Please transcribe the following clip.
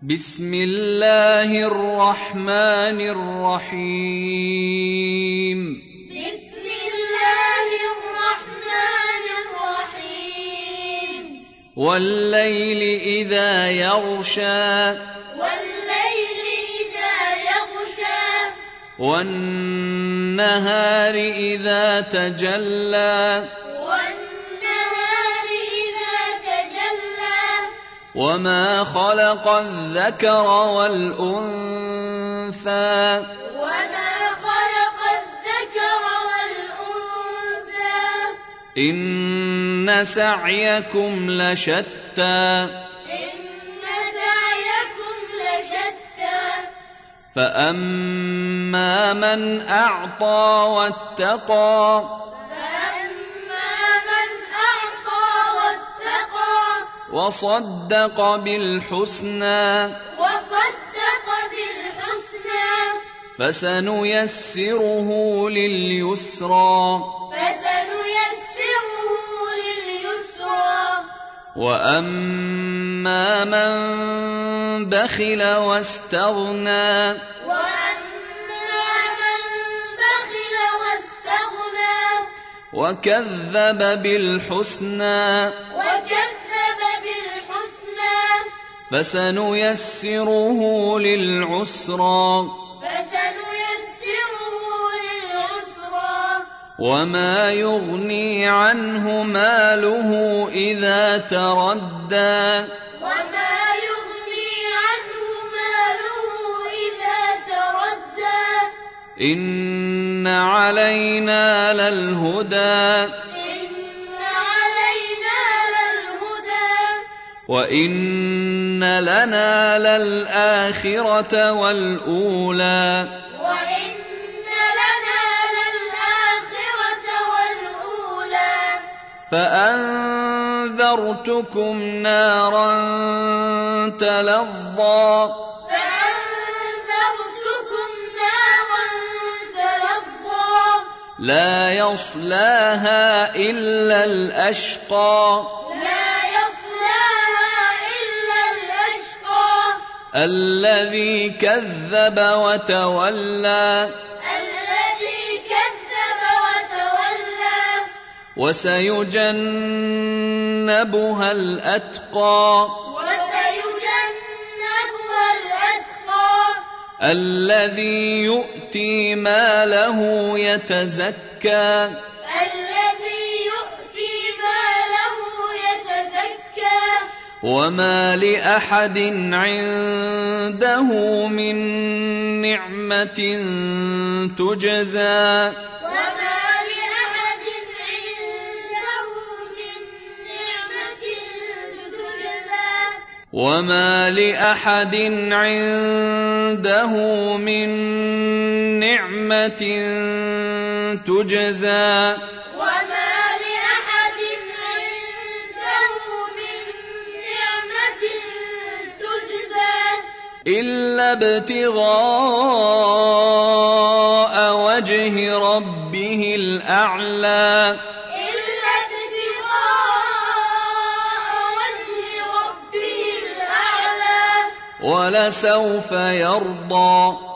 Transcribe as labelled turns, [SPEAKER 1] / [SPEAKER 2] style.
[SPEAKER 1] بسم الله الرحمن الرحيم
[SPEAKER 2] بسم الله الرحمن الرحيم
[SPEAKER 1] والليل إذا يغشى
[SPEAKER 2] والليل إذا يغشى
[SPEAKER 1] والنهار إذا تجلى
[SPEAKER 2] والنهار إذا تجلى
[SPEAKER 1] وما خلق الذكر والأنثى
[SPEAKER 2] وما خلق الذكر والأنثى
[SPEAKER 1] إن سعيكم لشتى
[SPEAKER 2] إن سعيكم لشتى
[SPEAKER 1] فأما من أعطى واتقى
[SPEAKER 2] فأما من أعطى واتقى
[SPEAKER 1] وصدق بالحسنى
[SPEAKER 2] وصدق بالحسنى
[SPEAKER 1] فسنيسره لليسرى
[SPEAKER 2] فسنيسره لليسرى
[SPEAKER 1] وأما من بخل واستغنى
[SPEAKER 2] وأما من بخل واستغنى
[SPEAKER 1] وكذب بالحسنى
[SPEAKER 2] وكذب بالحسنى
[SPEAKER 1] فسنيسره للعسرى
[SPEAKER 2] فسنيسره للعسرى
[SPEAKER 1] وما يغني عنه ماله إذا تردى
[SPEAKER 2] وما يغني عنه ماله إذا تردى
[SPEAKER 1] إن علينا للهدى
[SPEAKER 2] إن علينا للهدى
[SPEAKER 1] وإن لنا للآخرة والأولى
[SPEAKER 2] وإن لنا للآخرة والأولى
[SPEAKER 1] فأنذرتكم نارا تلظى
[SPEAKER 2] فأنذرتكم نارا تلظى
[SPEAKER 1] لا يصلاها إلا الأشقى
[SPEAKER 2] لا يصلاها إلا الأشقى
[SPEAKER 1] الذي كذب وتولى
[SPEAKER 2] الذي كذب وتولى وسيجنبها الأتقى وسيجنبها الأتقى
[SPEAKER 1] الذي يؤتي ماله يتزكى
[SPEAKER 2] الذي يؤتي ماله يتزكى
[SPEAKER 1] وما لأحد عنده من نعمة تجزى
[SPEAKER 2] وما لأحد عنده من نعمة تجزى
[SPEAKER 1] وما لأحد عنده من نعمة تجزى
[SPEAKER 2] وما لأحد عنده من نعمة تجزى
[SPEAKER 1] إلا ابتغاء وجه ربه الأعلى
[SPEAKER 2] إلا ابتغاء وجه ربه الأعلى
[SPEAKER 1] ولسوف يرضى